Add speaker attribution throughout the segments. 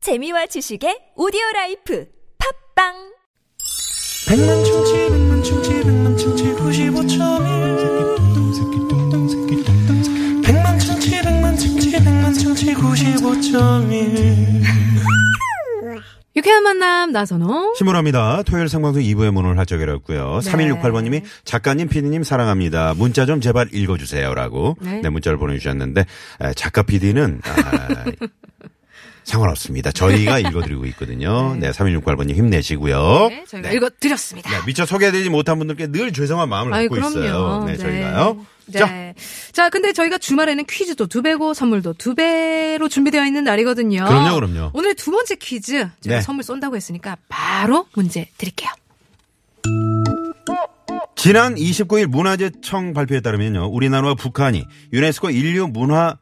Speaker 1: 재미와 지식의 오디오 라이프 팝빵
Speaker 2: 백만 충치 백만 충치 백만 충치 95.1 백만 충치 백만 충치 백만 충치 95.1
Speaker 3: 유쾌한 만남 나선홍.
Speaker 4: 신문합니다. 토요일 생방송 2부의 문을 활짝 열었고요.
Speaker 3: 네.
Speaker 4: 3168번님이 작가님, 피디님 사랑합니다. 문자 좀 제발 읽어주세요라고
Speaker 3: 네.
Speaker 4: 네. 문자를 보내주셨는데 에, 작가, 피디는 아, 상관없습니다. 저희가 읽어드리고 있거든요. 네, 3168번님 힘내시고요.
Speaker 3: 네, 저희가 읽어드렸습니다.
Speaker 4: 네, 미처 소개해드리지 못한 분들께 늘 죄송한 마음을
Speaker 3: 아이,
Speaker 4: 갖고 있어요. 네, 저희가요.
Speaker 3: 네.
Speaker 4: 자,
Speaker 3: 자, 근데 저희가 주말에는 퀴즈도 두 배고 선물도 두 배로 준비되어 있는 날이거든요.
Speaker 4: 그럼요, 그럼요.
Speaker 3: 오늘 두 번째 퀴즈. 제가
Speaker 4: 네.
Speaker 3: 선물 쏜다고 했으니까 바로 문제 드릴게요.
Speaker 4: 지난 29일 문화재청 발표에 따르면요. 우리나라와 북한이 유네스코 인류 문화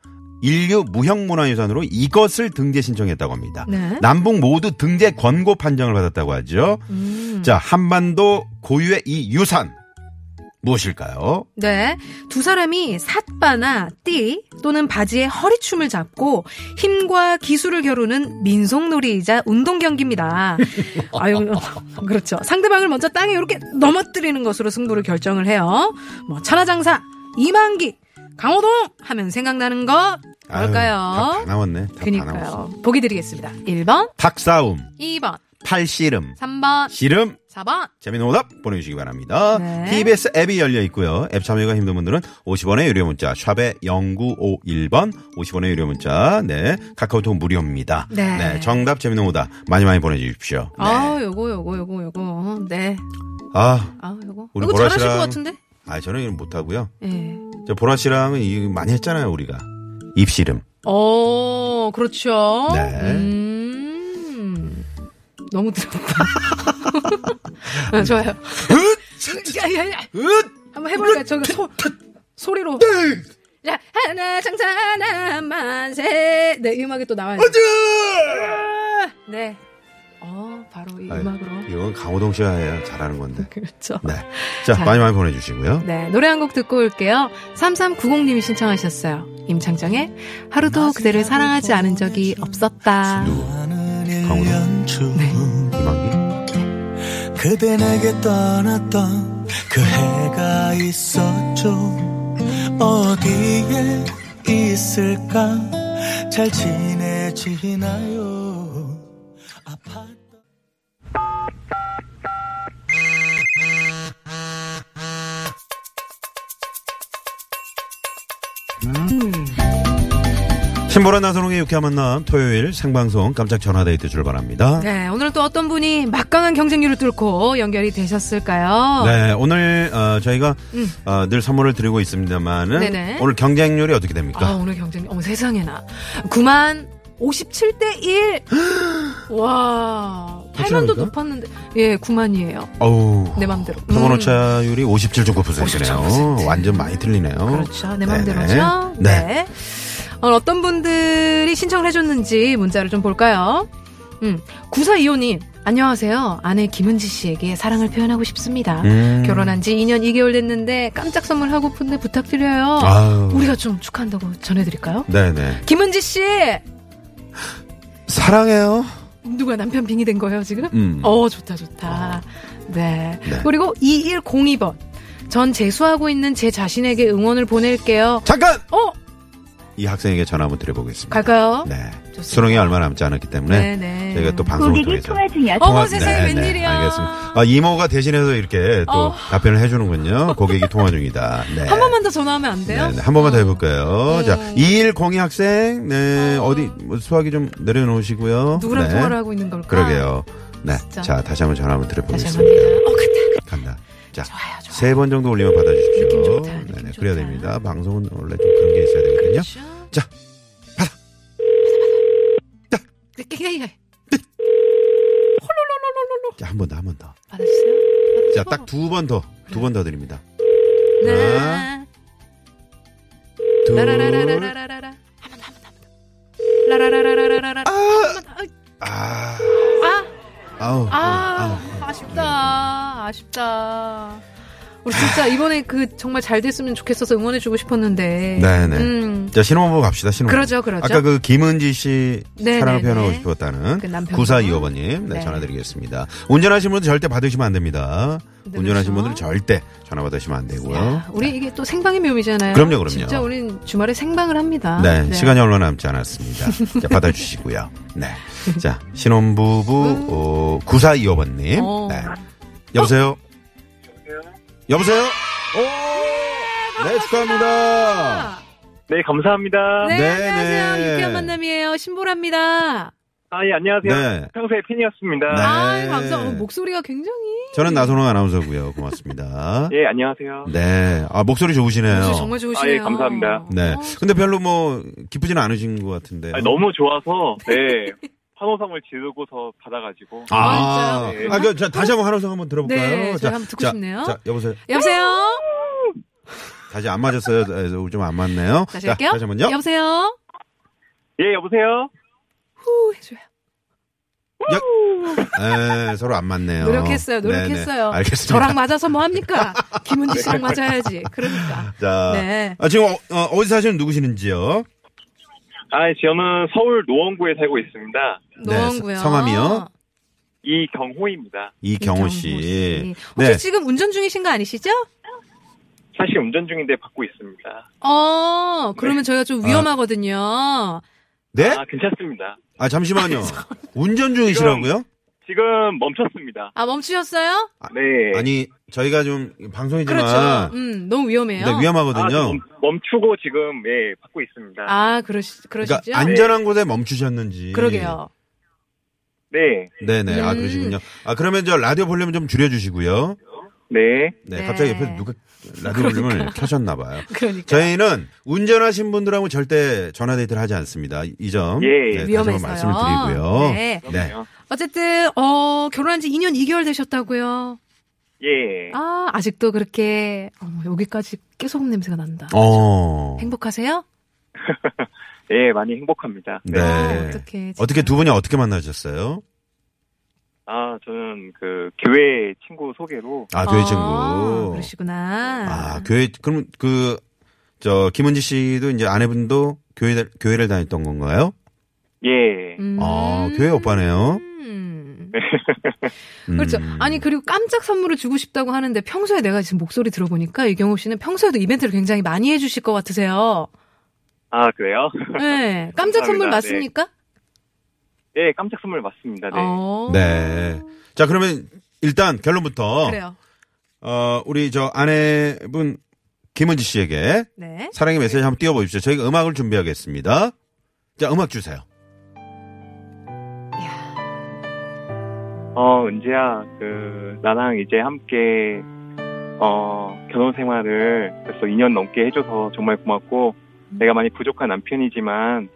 Speaker 4: 인류 무형 문화유산으로 이것을 등재 신청했다고 합니다.
Speaker 3: 네.
Speaker 4: 남북 모두 등재 권고 판정을 받았다고 하죠.
Speaker 3: 음.
Speaker 4: 자, 한반도 고유의 이 유산 무엇일까요?
Speaker 3: 네. 두 사람이 삿바나 띠 또는 바지에 허리춤을 잡고 힘과 기술을 겨루는 민속놀이이자 운동 경기입니다. 아유, 그렇죠. 상대방을 먼저 땅에 이렇게 넘어뜨리는 것으로 승부를 결정을 해요. 뭐, 천하장사, 이만기, 강호동 하면 생각나는 것
Speaker 4: 아유,
Speaker 3: 뭘까요?
Speaker 4: 다다 나왔네. 다다 나왔어.
Speaker 3: 그니까요. 보기 드리겠습니다. 1번,
Speaker 4: 닭싸움,
Speaker 3: 2번,
Speaker 4: 팔씨름,
Speaker 3: 3번,
Speaker 4: 씨름,
Speaker 3: 4번.
Speaker 4: 재미있는 오답 보내주시기 바랍니다.
Speaker 3: 네.
Speaker 4: TBS 앱이 열려 있고요. 앱 참여가 힘든 분들은 50원의 유료 문자 샵에 0951번 50원의 유료 문자 네 카카오톡 무료입니다.
Speaker 3: 네.
Speaker 4: 정답 재미있는 오답 많이 많이 보내주십시오. 네.
Speaker 3: 아, 요거, 요거, 요거, 요거. 네.
Speaker 4: 아,
Speaker 3: 아, 요거.
Speaker 4: 우리
Speaker 3: 요거
Speaker 4: 보라
Speaker 3: 잘하실 것
Speaker 4: 씨랑-
Speaker 3: 같은데?
Speaker 4: 아 저는 이거 못하고요.
Speaker 3: 예.
Speaker 4: 저 보라 씨랑은 이 많이 했잖아요 우리가 입씨름.
Speaker 3: 어, 그렇죠.
Speaker 4: 네.
Speaker 3: 음. 너무 들었다. 아, 좋아요. 야, 야, 야. 한번 해볼까요? 저기 소, 소리로.
Speaker 4: 네!
Speaker 3: 야, 하나, 장사, 하나, 만세. 네, 이 음악이 또 나와요. 네. 어, 바로 이
Speaker 4: 아유,
Speaker 3: 음악으로.
Speaker 4: 이건 강호동 씨가 해야 잘하는 건데.
Speaker 3: 그렇죠.
Speaker 4: 네. 자,
Speaker 3: 자.
Speaker 4: 많이 많이 보내주시고요.
Speaker 3: 네, 노래 한 곡 듣고 올게요. 3390님이 신청하셨어요. 임창정의 하루도 그대를 사랑하지 않은 적이 없었다.
Speaker 4: 누구? 강호동?
Speaker 2: 강우동 네.
Speaker 4: 이만기?
Speaker 2: 그대 내게 떠났던 그 해가 있었죠 어디에 있을까 잘 지내지나요 아팠던
Speaker 4: 신보라 나선홍의 유쾌한 만남 토요일 생방송 깜짝 전화데이트 출발합니다.
Speaker 3: 네, 오늘은 또 어떤 분이 막강한 경쟁률을 뚫고 연결이 되셨을까요?
Speaker 4: 네, 오늘 어, 저희가 어, 늘 선물을 드리고 있습니다만은
Speaker 3: 음. 네네.
Speaker 4: 오늘 경쟁률이 어떻게
Speaker 3: 아,
Speaker 4: 됩니까?
Speaker 3: 오늘 경쟁률, 어머 세상에나. 9만 57대 1! 와, 8만도
Speaker 4: 괜찮습니까?
Speaker 3: 높았는데, 예, 9만이에요.
Speaker 4: 어우.
Speaker 3: 내 맘대로.
Speaker 4: 표본
Speaker 3: 음.
Speaker 4: 오차율이 57.9%네요.
Speaker 3: 57.9%.
Speaker 4: 완전 많이 틀리네요.
Speaker 3: 그렇죠. 내
Speaker 4: 네네.
Speaker 3: 맘대로죠.
Speaker 4: 네.
Speaker 3: 네. 어, 어떤 분들이 신청을 해줬는지 문자를 좀 볼까요? 음, 9425님, 안녕하세요. 아내 김은지 씨에게 사랑을 표현하고 싶습니다.
Speaker 4: 음.
Speaker 3: 결혼한 지 2년 2개월 됐는데 깜짝 선물하고픈데 부탁드려요.
Speaker 4: 아유.
Speaker 3: 우리가 좀 축하한다고 전해드릴까요?
Speaker 4: 네네.
Speaker 3: 김은지 씨!
Speaker 4: 사랑해요.
Speaker 3: 누가 남편 빙이 된 거예요, 지금?
Speaker 4: 음.
Speaker 3: 어, 좋다, 좋다. 네.
Speaker 4: 네.
Speaker 3: 그리고 2102번. 전 재수하고 있는 제 자신에게 응원을 보낼게요.
Speaker 4: 잠깐
Speaker 3: 어!
Speaker 4: 이 학생에게 전화 한번 드려보겠습니다.
Speaker 3: 갈까요?
Speaker 4: 네.
Speaker 3: 좋습니다.
Speaker 4: 수능이 얼마 남지 않았기 때문에
Speaker 3: 네네.
Speaker 4: 저희가 또 방송을 통해서
Speaker 3: 어머
Speaker 4: 통화-
Speaker 3: 세상에
Speaker 4: 네, 네,
Speaker 3: 웬일이야.
Speaker 4: 알겠습니다. 아, 이모가 대신해서 이렇게 또
Speaker 3: 어.
Speaker 4: 답변을 해주는군요. 고객이 통화 중이다. 네.
Speaker 3: 한 번만 더 전화하면 안 돼요?
Speaker 4: 네, 네. 한 번만 더 해볼까요?
Speaker 3: 음.
Speaker 4: 자, 2102 학생, 네, 어. 디 수학이 좀 내려놓으시고요.
Speaker 3: 누구랑
Speaker 4: 네.
Speaker 3: 통화를 하고 있는 걸까?
Speaker 4: 그러게요. 네.
Speaker 3: 진짜.
Speaker 4: 자, 다시 한번 전화 한번
Speaker 3: 다시
Speaker 4: 드려보겠습니다.
Speaker 3: 한번. 어, 간다.
Speaker 4: 간다. 자,
Speaker 3: 좋아요, 좋아요.
Speaker 4: 세 번 정도 올리면 받아주십시오.
Speaker 3: 느낌 좋다, 느낌
Speaker 4: 네네,
Speaker 3: 좋다.
Speaker 4: 그래야 됩니다. 방송은 원래 좀 그런 게 있어야 되거든요.
Speaker 3: 그렇죠.
Speaker 4: 자,
Speaker 3: 네, 예, 예, 예.
Speaker 4: 자, 한 번 더, 한 번 더.
Speaker 3: 받아주세요.
Speaker 4: 자, 딱 두 번 더, 두 번 더 드립니다.
Speaker 3: 네.
Speaker 4: 둘.
Speaker 3: 라라라라라라라라. 한번 더, 한번 더, 한번 더. 라라라라라라라. 한번 더.
Speaker 4: 아,
Speaker 3: 아,
Speaker 4: 아우.
Speaker 3: 아,
Speaker 4: 아우.
Speaker 3: 아쉽다. 아쉽다.
Speaker 4: 아.
Speaker 3: 우리 진짜 이번에 그 정말 잘 됐으면 좋겠어서 응원해주고 싶었는데.
Speaker 4: 네네.
Speaker 3: 음,
Speaker 4: 자, 신혼부부 갑시다, 신혼부부.
Speaker 3: 그러죠, 그러죠.
Speaker 4: 아까 그 김은지 씨
Speaker 3: 네,
Speaker 4: 사랑을
Speaker 3: 네,
Speaker 4: 표현하고
Speaker 3: 네.
Speaker 4: 싶었다는
Speaker 3: 그 남편분.
Speaker 4: 구사 이호번님 네,
Speaker 3: 네.
Speaker 4: 전화드리겠습니다. 운전하시는 분들 절대 받으시면 안 됩니다.
Speaker 3: 네, 그렇죠.
Speaker 4: 운전하시는 분들 절대 전화 받으시면 안 되고요. 네.
Speaker 3: 야, 우리 이게 또 생방의 묘미잖아요.
Speaker 4: 그럼요, 그럼요.
Speaker 3: 진짜 우린 주말에 생방을 합니다.
Speaker 4: 네, 시간이 얼마 남지 않았습니다. 자, 받아주시고요. 네. 자, 신혼부부, 어, 9425번님.
Speaker 3: 어.
Speaker 4: 네. 여보세요? 여보세요?
Speaker 3: 예,
Speaker 4: 오! 네, 축하합니다.
Speaker 5: 네, 감사합니다.
Speaker 3: 아, 네,
Speaker 4: 네,
Speaker 3: 안녕하세요.
Speaker 4: 네.
Speaker 3: 유쾌한 만남이에요. 신보라입니다.
Speaker 5: 아, 예, 안녕하세요.
Speaker 4: 네.
Speaker 5: 평소의 팬이었습니다.
Speaker 4: 네.
Speaker 3: 아, 감사합니다. 목소리가 굉장히.
Speaker 4: 저는 나선호 아나운서고요 고맙습니다.
Speaker 5: 예, 안녕하세요.
Speaker 4: 네. 아, 목소리
Speaker 3: 목소리
Speaker 4: 좋으시네요.
Speaker 3: 정말 좋으시네요.
Speaker 5: 아, 예, 감사합니다.
Speaker 4: 네.
Speaker 3: 어,
Speaker 4: 근데 별로 뭐, 기쁘지는 않으신 것 같은데.
Speaker 5: 아, 너무 좋아서, 네. 환호성을 지르고서 받아가지고.
Speaker 3: 아, 진짜요?
Speaker 4: 아, 그, 자, 다시 한번 한호성 한번 들어볼까요?
Speaker 3: 네, 저희 한번 듣고 싶네요.
Speaker 4: 자, 여보세요?
Speaker 3: 여보세요?
Speaker 4: 다시 안 맞았어요. 아, 좀 안 맞네요.
Speaker 3: 다시
Speaker 4: 자,
Speaker 3: 할게요.
Speaker 4: 다시 한번요.
Speaker 3: 여보세요?
Speaker 5: 예, 여보세요?
Speaker 3: 후, 해줘요.
Speaker 4: 에, 네, 서로 안 맞네요.
Speaker 3: 노력했어요,
Speaker 4: 네네,
Speaker 3: 노력했어요.
Speaker 4: 알겠습니다.
Speaker 3: 저랑 맞아서 뭐합니까? 김은지 씨랑 맞아야지. 그러니까.
Speaker 4: 자,
Speaker 3: 네.
Speaker 4: 아, 지금 어, 어, 디 사시는 누구시는지요?
Speaker 5: 아, 저는 서울 노원구에 살고 있습니다.
Speaker 4: 네,
Speaker 3: 노원구요.
Speaker 4: 성함이요?
Speaker 5: 이경호입니다.
Speaker 4: 이경호 씨.
Speaker 3: 혹시
Speaker 4: 네.
Speaker 3: 지금 운전 중이신 거 아니시죠?
Speaker 5: 사실 운전 중인데 받고 있습니다.
Speaker 3: 어, 그러면 저희가 좀
Speaker 4: 아.
Speaker 3: 위험하거든요.
Speaker 4: 네?
Speaker 5: 아, 괜찮습니다.
Speaker 4: 아, 잠시만요. 운전 중이시라고요?
Speaker 5: 지금 멈췄습니다.
Speaker 3: 아, 멈추셨어요?
Speaker 5: 네.
Speaker 4: 아니, 저희가 좀 방송이지만
Speaker 3: 그렇죠. 음, 너무 위험해요.
Speaker 4: 네,
Speaker 5: 아,
Speaker 4: 위험하거든요.
Speaker 5: 지금 멈추고 지금, 예, 받고 있습니다.
Speaker 3: 아, 그러시,
Speaker 4: 그러니까
Speaker 3: 그러시죠?
Speaker 4: 안전한 예. 곳에 멈추셨는지.
Speaker 3: 그러게요.
Speaker 5: 네.
Speaker 4: 네네. 아
Speaker 3: 음.
Speaker 4: 그러시군요. 아 그러면 저 라디오 볼륨 좀 줄여주시고요.
Speaker 5: 네.
Speaker 4: 네.
Speaker 3: 네.
Speaker 4: 갑자기 옆에서 누가 라디오 볼륨을 켜셨나봐요.
Speaker 3: 그러니까.
Speaker 4: 저희는 운전하신 분들하고 절대 전화 데이트를 하지 않습니다. 이 점
Speaker 5: 예,
Speaker 4: 네, 다시 한번
Speaker 3: 위험해서요.
Speaker 4: 말씀을 드리고요.
Speaker 3: 네.
Speaker 4: 네.
Speaker 5: 그럼요.
Speaker 3: 어쨌든 어 결혼한 지 2년 2개월 되셨다고요.
Speaker 5: 예.
Speaker 3: 아 아직도 그렇게 어머, 여기까지 깨소금 냄새가 난다.
Speaker 4: 어.
Speaker 3: 행복하세요?
Speaker 5: 예, 많이 행복합니다.
Speaker 4: 네.
Speaker 3: 아, 어떻게
Speaker 4: 어떻게 두 분이 어떻게 만나셨어요?
Speaker 5: 아, 저는 그 교회 친구 소개로
Speaker 4: 아, 교회 친구.
Speaker 3: 그러시구나.
Speaker 4: 아, 교회 그럼 그 저 김은지 씨도 이제 아내분도 교회 교회를 다녔던 건가요?
Speaker 5: 예.
Speaker 3: 음.
Speaker 4: 아, 교회 오빠네요.
Speaker 3: 음.
Speaker 4: 음.
Speaker 3: 그렇죠. 아니 그리고 깜짝 선물을 주고 싶다고 하는데 평소에 내가 지금 목소리 들어보니까 이경호 씨는 평소에도 이벤트를 굉장히 많이 해주실 것 같으세요.
Speaker 5: 아, 그래요?
Speaker 3: 네, 깜짝 선물
Speaker 5: 감사합니다.
Speaker 3: 맞습니까?
Speaker 5: 예, 깜짝 선물 맞습니다. 네.
Speaker 3: 어.
Speaker 4: 네. 자, 그러면 일단 결론부터
Speaker 3: 그래요.
Speaker 4: 어, 우리 저 아내분 김은지 씨에게
Speaker 3: 네.
Speaker 4: 사랑의 메시지 한번 띄워 보십시오. 저희가 음악을 준비하겠습니다. 자, 음악 주세요.
Speaker 5: 어, 은지야, 그, 나랑 이제 함께, 어, 결혼 생활을 벌써 2년 넘게 해줘서 정말 고맙고, 내가 많이 부족한 남편이지만,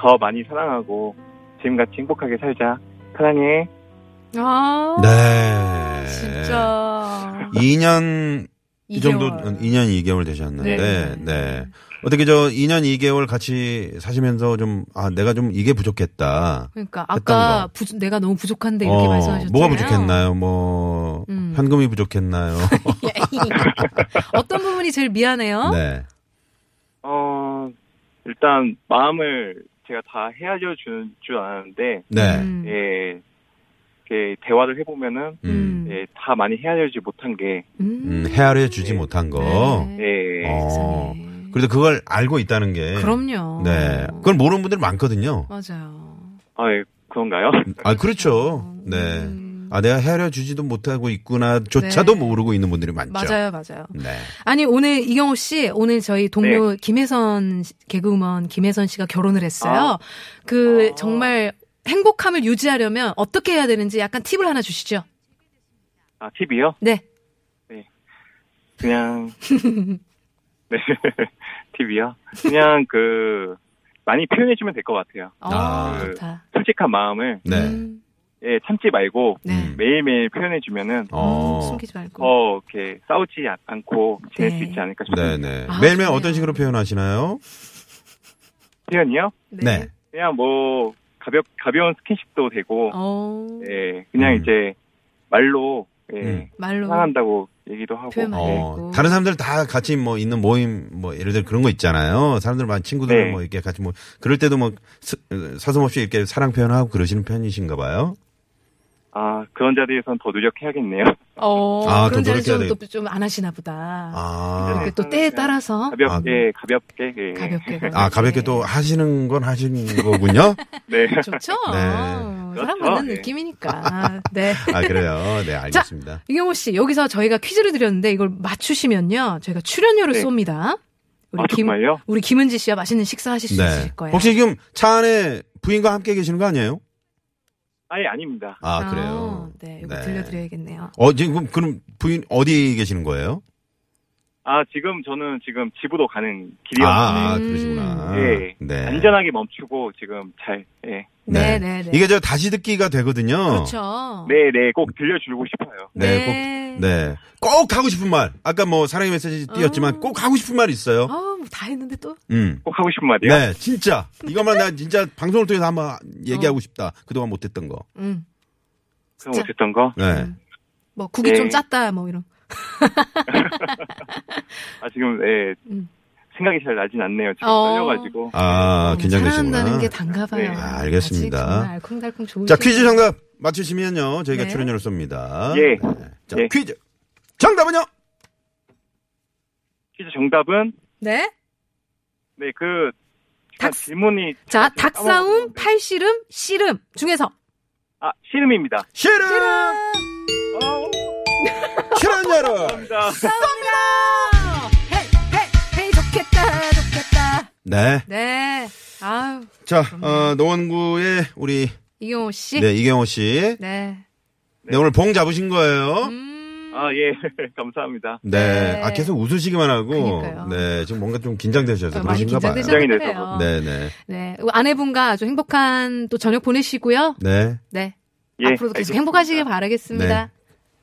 Speaker 5: 더 많이 사랑하고, 지금같이 행복하게 살자. 사랑해.
Speaker 3: 아.
Speaker 4: 네.
Speaker 3: 진짜.
Speaker 4: 2년 이 정도
Speaker 3: 2개월.
Speaker 4: 2년 2개월 되셨는데 네.
Speaker 3: 네.
Speaker 4: 어떻게 저 2년 2개월 같이 사시면서 좀 아 내가 좀 이게 부족했다.
Speaker 3: 그러니까
Speaker 4: 했던
Speaker 3: 아까 부- 내가 너무 부족한데 네, 이렇게
Speaker 4: 어,
Speaker 3: 말씀하셨잖아요.
Speaker 4: 뭐가 부족했나요? 뭐
Speaker 3: 음.
Speaker 4: 현금이 부족했나요?
Speaker 3: 예. 어떤 부분이 제일 미안해요?
Speaker 4: 네.
Speaker 5: 어, 일단, 마음을 제가 다 헤아려 주는 줄 알았는데,
Speaker 4: 네.
Speaker 3: 음.
Speaker 4: 음.
Speaker 5: 예, 이렇게 대화를 해보면은,
Speaker 3: 음.
Speaker 5: 예, 다 많이 헤아려지 못한 게,
Speaker 4: 음, 헤아려 주지 못한 거.
Speaker 3: 네.
Speaker 5: 예,
Speaker 4: 어.
Speaker 3: 세상에.
Speaker 4: 그래도 그걸 알고 있다는 게
Speaker 3: 그럼요.
Speaker 4: 네. 그걸 모르는 분들 많거든요.
Speaker 3: 맞아요.
Speaker 5: 아, 예, 그런가요?
Speaker 4: 아, 그렇죠. 네.
Speaker 3: 음.
Speaker 4: 아, 내가 헤아려 주지도 못하고 있구나조차도
Speaker 3: 네.
Speaker 4: 모르고 있는 분들이 많죠.
Speaker 3: 맞아요, 맞아요.
Speaker 4: 네.
Speaker 3: 아니 오늘 이경호 씨 오늘 저희 동료
Speaker 5: 네.
Speaker 3: 김혜선 씨- 개그우먼 김혜선 씨가 결혼을 했어요. 그
Speaker 5: 아.
Speaker 3: 정말 행복함을 유지하려면 어떻게 해야 되는지 약간 팁을 하나 주시죠.
Speaker 5: 아, 팁이요?
Speaker 3: 네.
Speaker 5: 그냥 네 TV요. 그냥 그 많이 표현해주면 될 것 같아요.
Speaker 3: 어,
Speaker 4: 아.
Speaker 3: 좋다.
Speaker 5: 솔직한 마음을
Speaker 4: 네.
Speaker 3: 음,
Speaker 5: 예, 참지 말고
Speaker 3: 네.
Speaker 4: 음.
Speaker 5: 매일매일 표현해주면은
Speaker 4: 어.
Speaker 3: 음, 숨기지 말고.
Speaker 5: 더 이렇게 싸우지 않- 않고 지낼
Speaker 3: 네.
Speaker 5: 수 있지 않을까 싶습니다.
Speaker 4: 네네.
Speaker 3: 아,
Speaker 4: 매일매일
Speaker 3: 좋네요.
Speaker 4: 어떤 식으로 표현하시나요?
Speaker 5: 표현이요?
Speaker 4: 네.
Speaker 5: 그냥 뭐 가볍 가벼운 스킨십도 되고
Speaker 3: 어,
Speaker 5: 예, 그냥
Speaker 4: 음.
Speaker 5: 이제 말로 예,
Speaker 4: 음.
Speaker 3: 말로.
Speaker 5: 사랑한다고 얘기도 하고
Speaker 3: 표현 많이
Speaker 5: 네.
Speaker 4: 어,
Speaker 3: 있고.
Speaker 4: 다른 사람들 다 같이 뭐 있는 모임 뭐 예를 들어 그런 거 있잖아요. 사람들 많은 친구들
Speaker 5: 네.
Speaker 4: 뭐 이렇게 같이 뭐 그럴 때도 뭐 스- 어, 서슴없이 이렇게 사랑 표현하고 그러시는 편이신가 봐요.
Speaker 5: 아 그런 자리에서는 더 노력해야겠네요.
Speaker 3: 어,
Speaker 4: 아,
Speaker 3: 그런
Speaker 4: 또
Speaker 3: 자리
Speaker 4: 노력해야
Speaker 3: 좀또 좀 안 하시나 보다.
Speaker 4: 아,
Speaker 3: 이렇게 또 때에 따라서
Speaker 4: 네.
Speaker 5: 가볍게 가볍게 예.
Speaker 3: 가볍게.
Speaker 4: 아 가볍게 또 하시는 건 하시는 거군요.
Speaker 5: 네.
Speaker 3: 좋죠. 어,
Speaker 4: 네.
Speaker 3: 사람
Speaker 5: 그렇죠.
Speaker 3: 만난
Speaker 5: 네.
Speaker 3: 느낌이니까. 네.
Speaker 4: 아 그래요. 네 알겠습니다.
Speaker 3: 이경호 씨, 여기서 저희가 퀴즈를 드렸는데 이걸 맞추시면요. 저희가 출연료를
Speaker 5: 네.
Speaker 3: 쏩니다. 우리
Speaker 5: 아,
Speaker 3: 김,
Speaker 5: 정말요?
Speaker 3: 우리 김은지 씨와 맛있는 식사하실 수
Speaker 4: 네.
Speaker 3: 있을 거예요.
Speaker 4: 혹시 지금 차 안에 부인과 함께 계시는 거 아니에요?
Speaker 5: 아예 아닙니다.
Speaker 4: 아 그래요.
Speaker 3: 아, 네, 이거 들려드려야겠네요.
Speaker 4: 어 지금 그럼 부인 어디 계시는 거예요?
Speaker 5: 아 지금 저는 지금 집으로 가는 길이요.
Speaker 4: 아, 아,
Speaker 3: 음.
Speaker 4: 그러시구나.
Speaker 5: 네. 예.
Speaker 4: 네.
Speaker 5: 안전하게 멈추고 지금 잘 예.
Speaker 3: 네, 네, 네.
Speaker 4: 이게 저 다시 듣기가 되거든요.
Speaker 3: 그렇죠.
Speaker 5: 네네 꼭 들려주고 싶어요.
Speaker 4: 네, 꼭 네. 꼭 하고 싶은 말. 아까 뭐 사랑의 메시지
Speaker 3: 어.
Speaker 4: 띄었지만 꼭 하고 싶은 말 있어요.
Speaker 3: 아, 뭐다 했는데 또.
Speaker 4: 음.
Speaker 5: 꼭 하고 싶은 말이요.
Speaker 4: 네, 진짜. 이것만 나 진짜 방송을 통해서 한번
Speaker 3: 어.
Speaker 4: 얘기하고 싶다. 그동안 못했던 거.
Speaker 3: 음.
Speaker 5: 그럼
Speaker 3: 진짜.
Speaker 5: 어쨌든 거.
Speaker 4: 네.
Speaker 3: 음. 뭐 국이 좀
Speaker 5: 네.
Speaker 3: 짰다 뭐 이런.
Speaker 5: 아 지금 예
Speaker 3: 음.
Speaker 5: 생각이 잘 나진 않네요. 지금
Speaker 3: 어.
Speaker 5: 떨려가지고.
Speaker 4: 아,
Speaker 3: 음, 사랑한다는
Speaker 4: 긴장되시구나.
Speaker 3: 게 단가 봐요.
Speaker 5: 네.
Speaker 4: 아, 알겠습니다.
Speaker 3: 아직 정말 알콩달콩 좋으시
Speaker 4: 자, 퀴즈 정답 맞추시면요. 저희가
Speaker 3: 네.
Speaker 4: 출연료를 쏩니다.
Speaker 5: 예.
Speaker 4: 네. 자,
Speaker 5: 예.
Speaker 4: 퀴즈. 정답은요?
Speaker 5: 퀴즈 정답은
Speaker 3: 네.
Speaker 5: 네그
Speaker 3: 닭-
Speaker 5: 질문이
Speaker 3: 자,
Speaker 5: 제가
Speaker 3: 닭싸움,
Speaker 5: 까먹었는데.
Speaker 3: 팔씨름, 씨름 중에서
Speaker 5: 아 씨름입니다.
Speaker 4: 실은!
Speaker 5: 아우, 어,
Speaker 4: 출연료를!
Speaker 5: 감사합니다.
Speaker 3: 쏩니다. 헤이, 헤이, 헤이 좋겠다, 좋겠다.
Speaker 4: 네.
Speaker 3: 네. 아유,
Speaker 4: 자,
Speaker 3: 음.
Speaker 4: 어, 노원구의 우리,
Speaker 3: 이경호 씨.
Speaker 4: 네, 이경호 씨.
Speaker 3: 네.
Speaker 4: 네, 오늘 봉 잡으신 거예요.
Speaker 3: 음.
Speaker 5: 아 예 감사합니다.
Speaker 4: 네.
Speaker 3: 네.
Speaker 4: 아, 계속 웃으시기만 하고.
Speaker 3: 그러니까요. 아,
Speaker 4: 네. 지금 뭔가 좀 긴장되셔서
Speaker 3: 많이
Speaker 4: 그러신가 봐요.
Speaker 5: 긴장되셨-
Speaker 3: 긴장되셨나
Speaker 5: 긴장이 돼서.
Speaker 3: 봐요.
Speaker 4: 네네.
Speaker 3: 네. 아내분과 아주 행복한 또 저녁 보내시고요.
Speaker 4: 네.
Speaker 3: 네.
Speaker 5: 예
Speaker 3: 앞으로도 계속 행복하시길 바라겠습니다.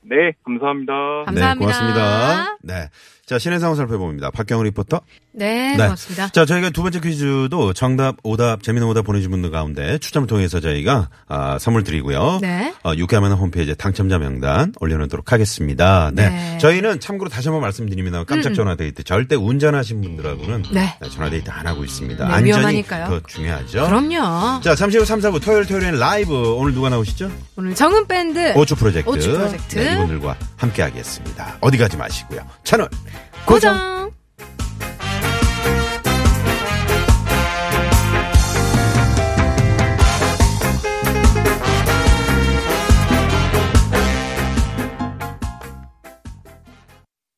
Speaker 5: 네 감사합니다.
Speaker 3: 감사합니다.
Speaker 4: 네, 고맙습니다. 네. 자, 신의 상황 살펴봅니다. 박경훈 리포터.
Speaker 3: 네,
Speaker 4: 네.
Speaker 3: 고맙습니다.
Speaker 4: 자, 저희가 두 번째 퀴즈도 정답, 오답, 재미있는 오답 보내주신 분들 가운데 추첨을 통해서 저희가 아, 선물 드리고요.
Speaker 3: 네.
Speaker 4: 어, 유쾌하면 홈페이지에 당첨자 명단 올려놓도록 하겠습니다. 네.
Speaker 3: 네. 음,
Speaker 4: 저희는 참고로 다시 한번 말씀드립니다. 깜짝 전화 데이트 절대 운전하신 분들하고는
Speaker 3: 네.
Speaker 4: 전화 데이트 안 하고 있습니다.
Speaker 3: 네,
Speaker 4: 안전이
Speaker 3: 위험하니까요.
Speaker 4: 더 중요하죠.
Speaker 3: 그럼요.
Speaker 4: 자, 잠시 후 3, 4부 토요일 토요일엔 라이브 오늘 누가 나오시죠?
Speaker 3: 오늘 정은 밴드
Speaker 4: 오초 프로젝트.
Speaker 3: 오초 네. 프로젝트.
Speaker 4: 네, 이분들과 함께 하겠습니다. 어디 가지 마시고요. 채널
Speaker 3: 고정.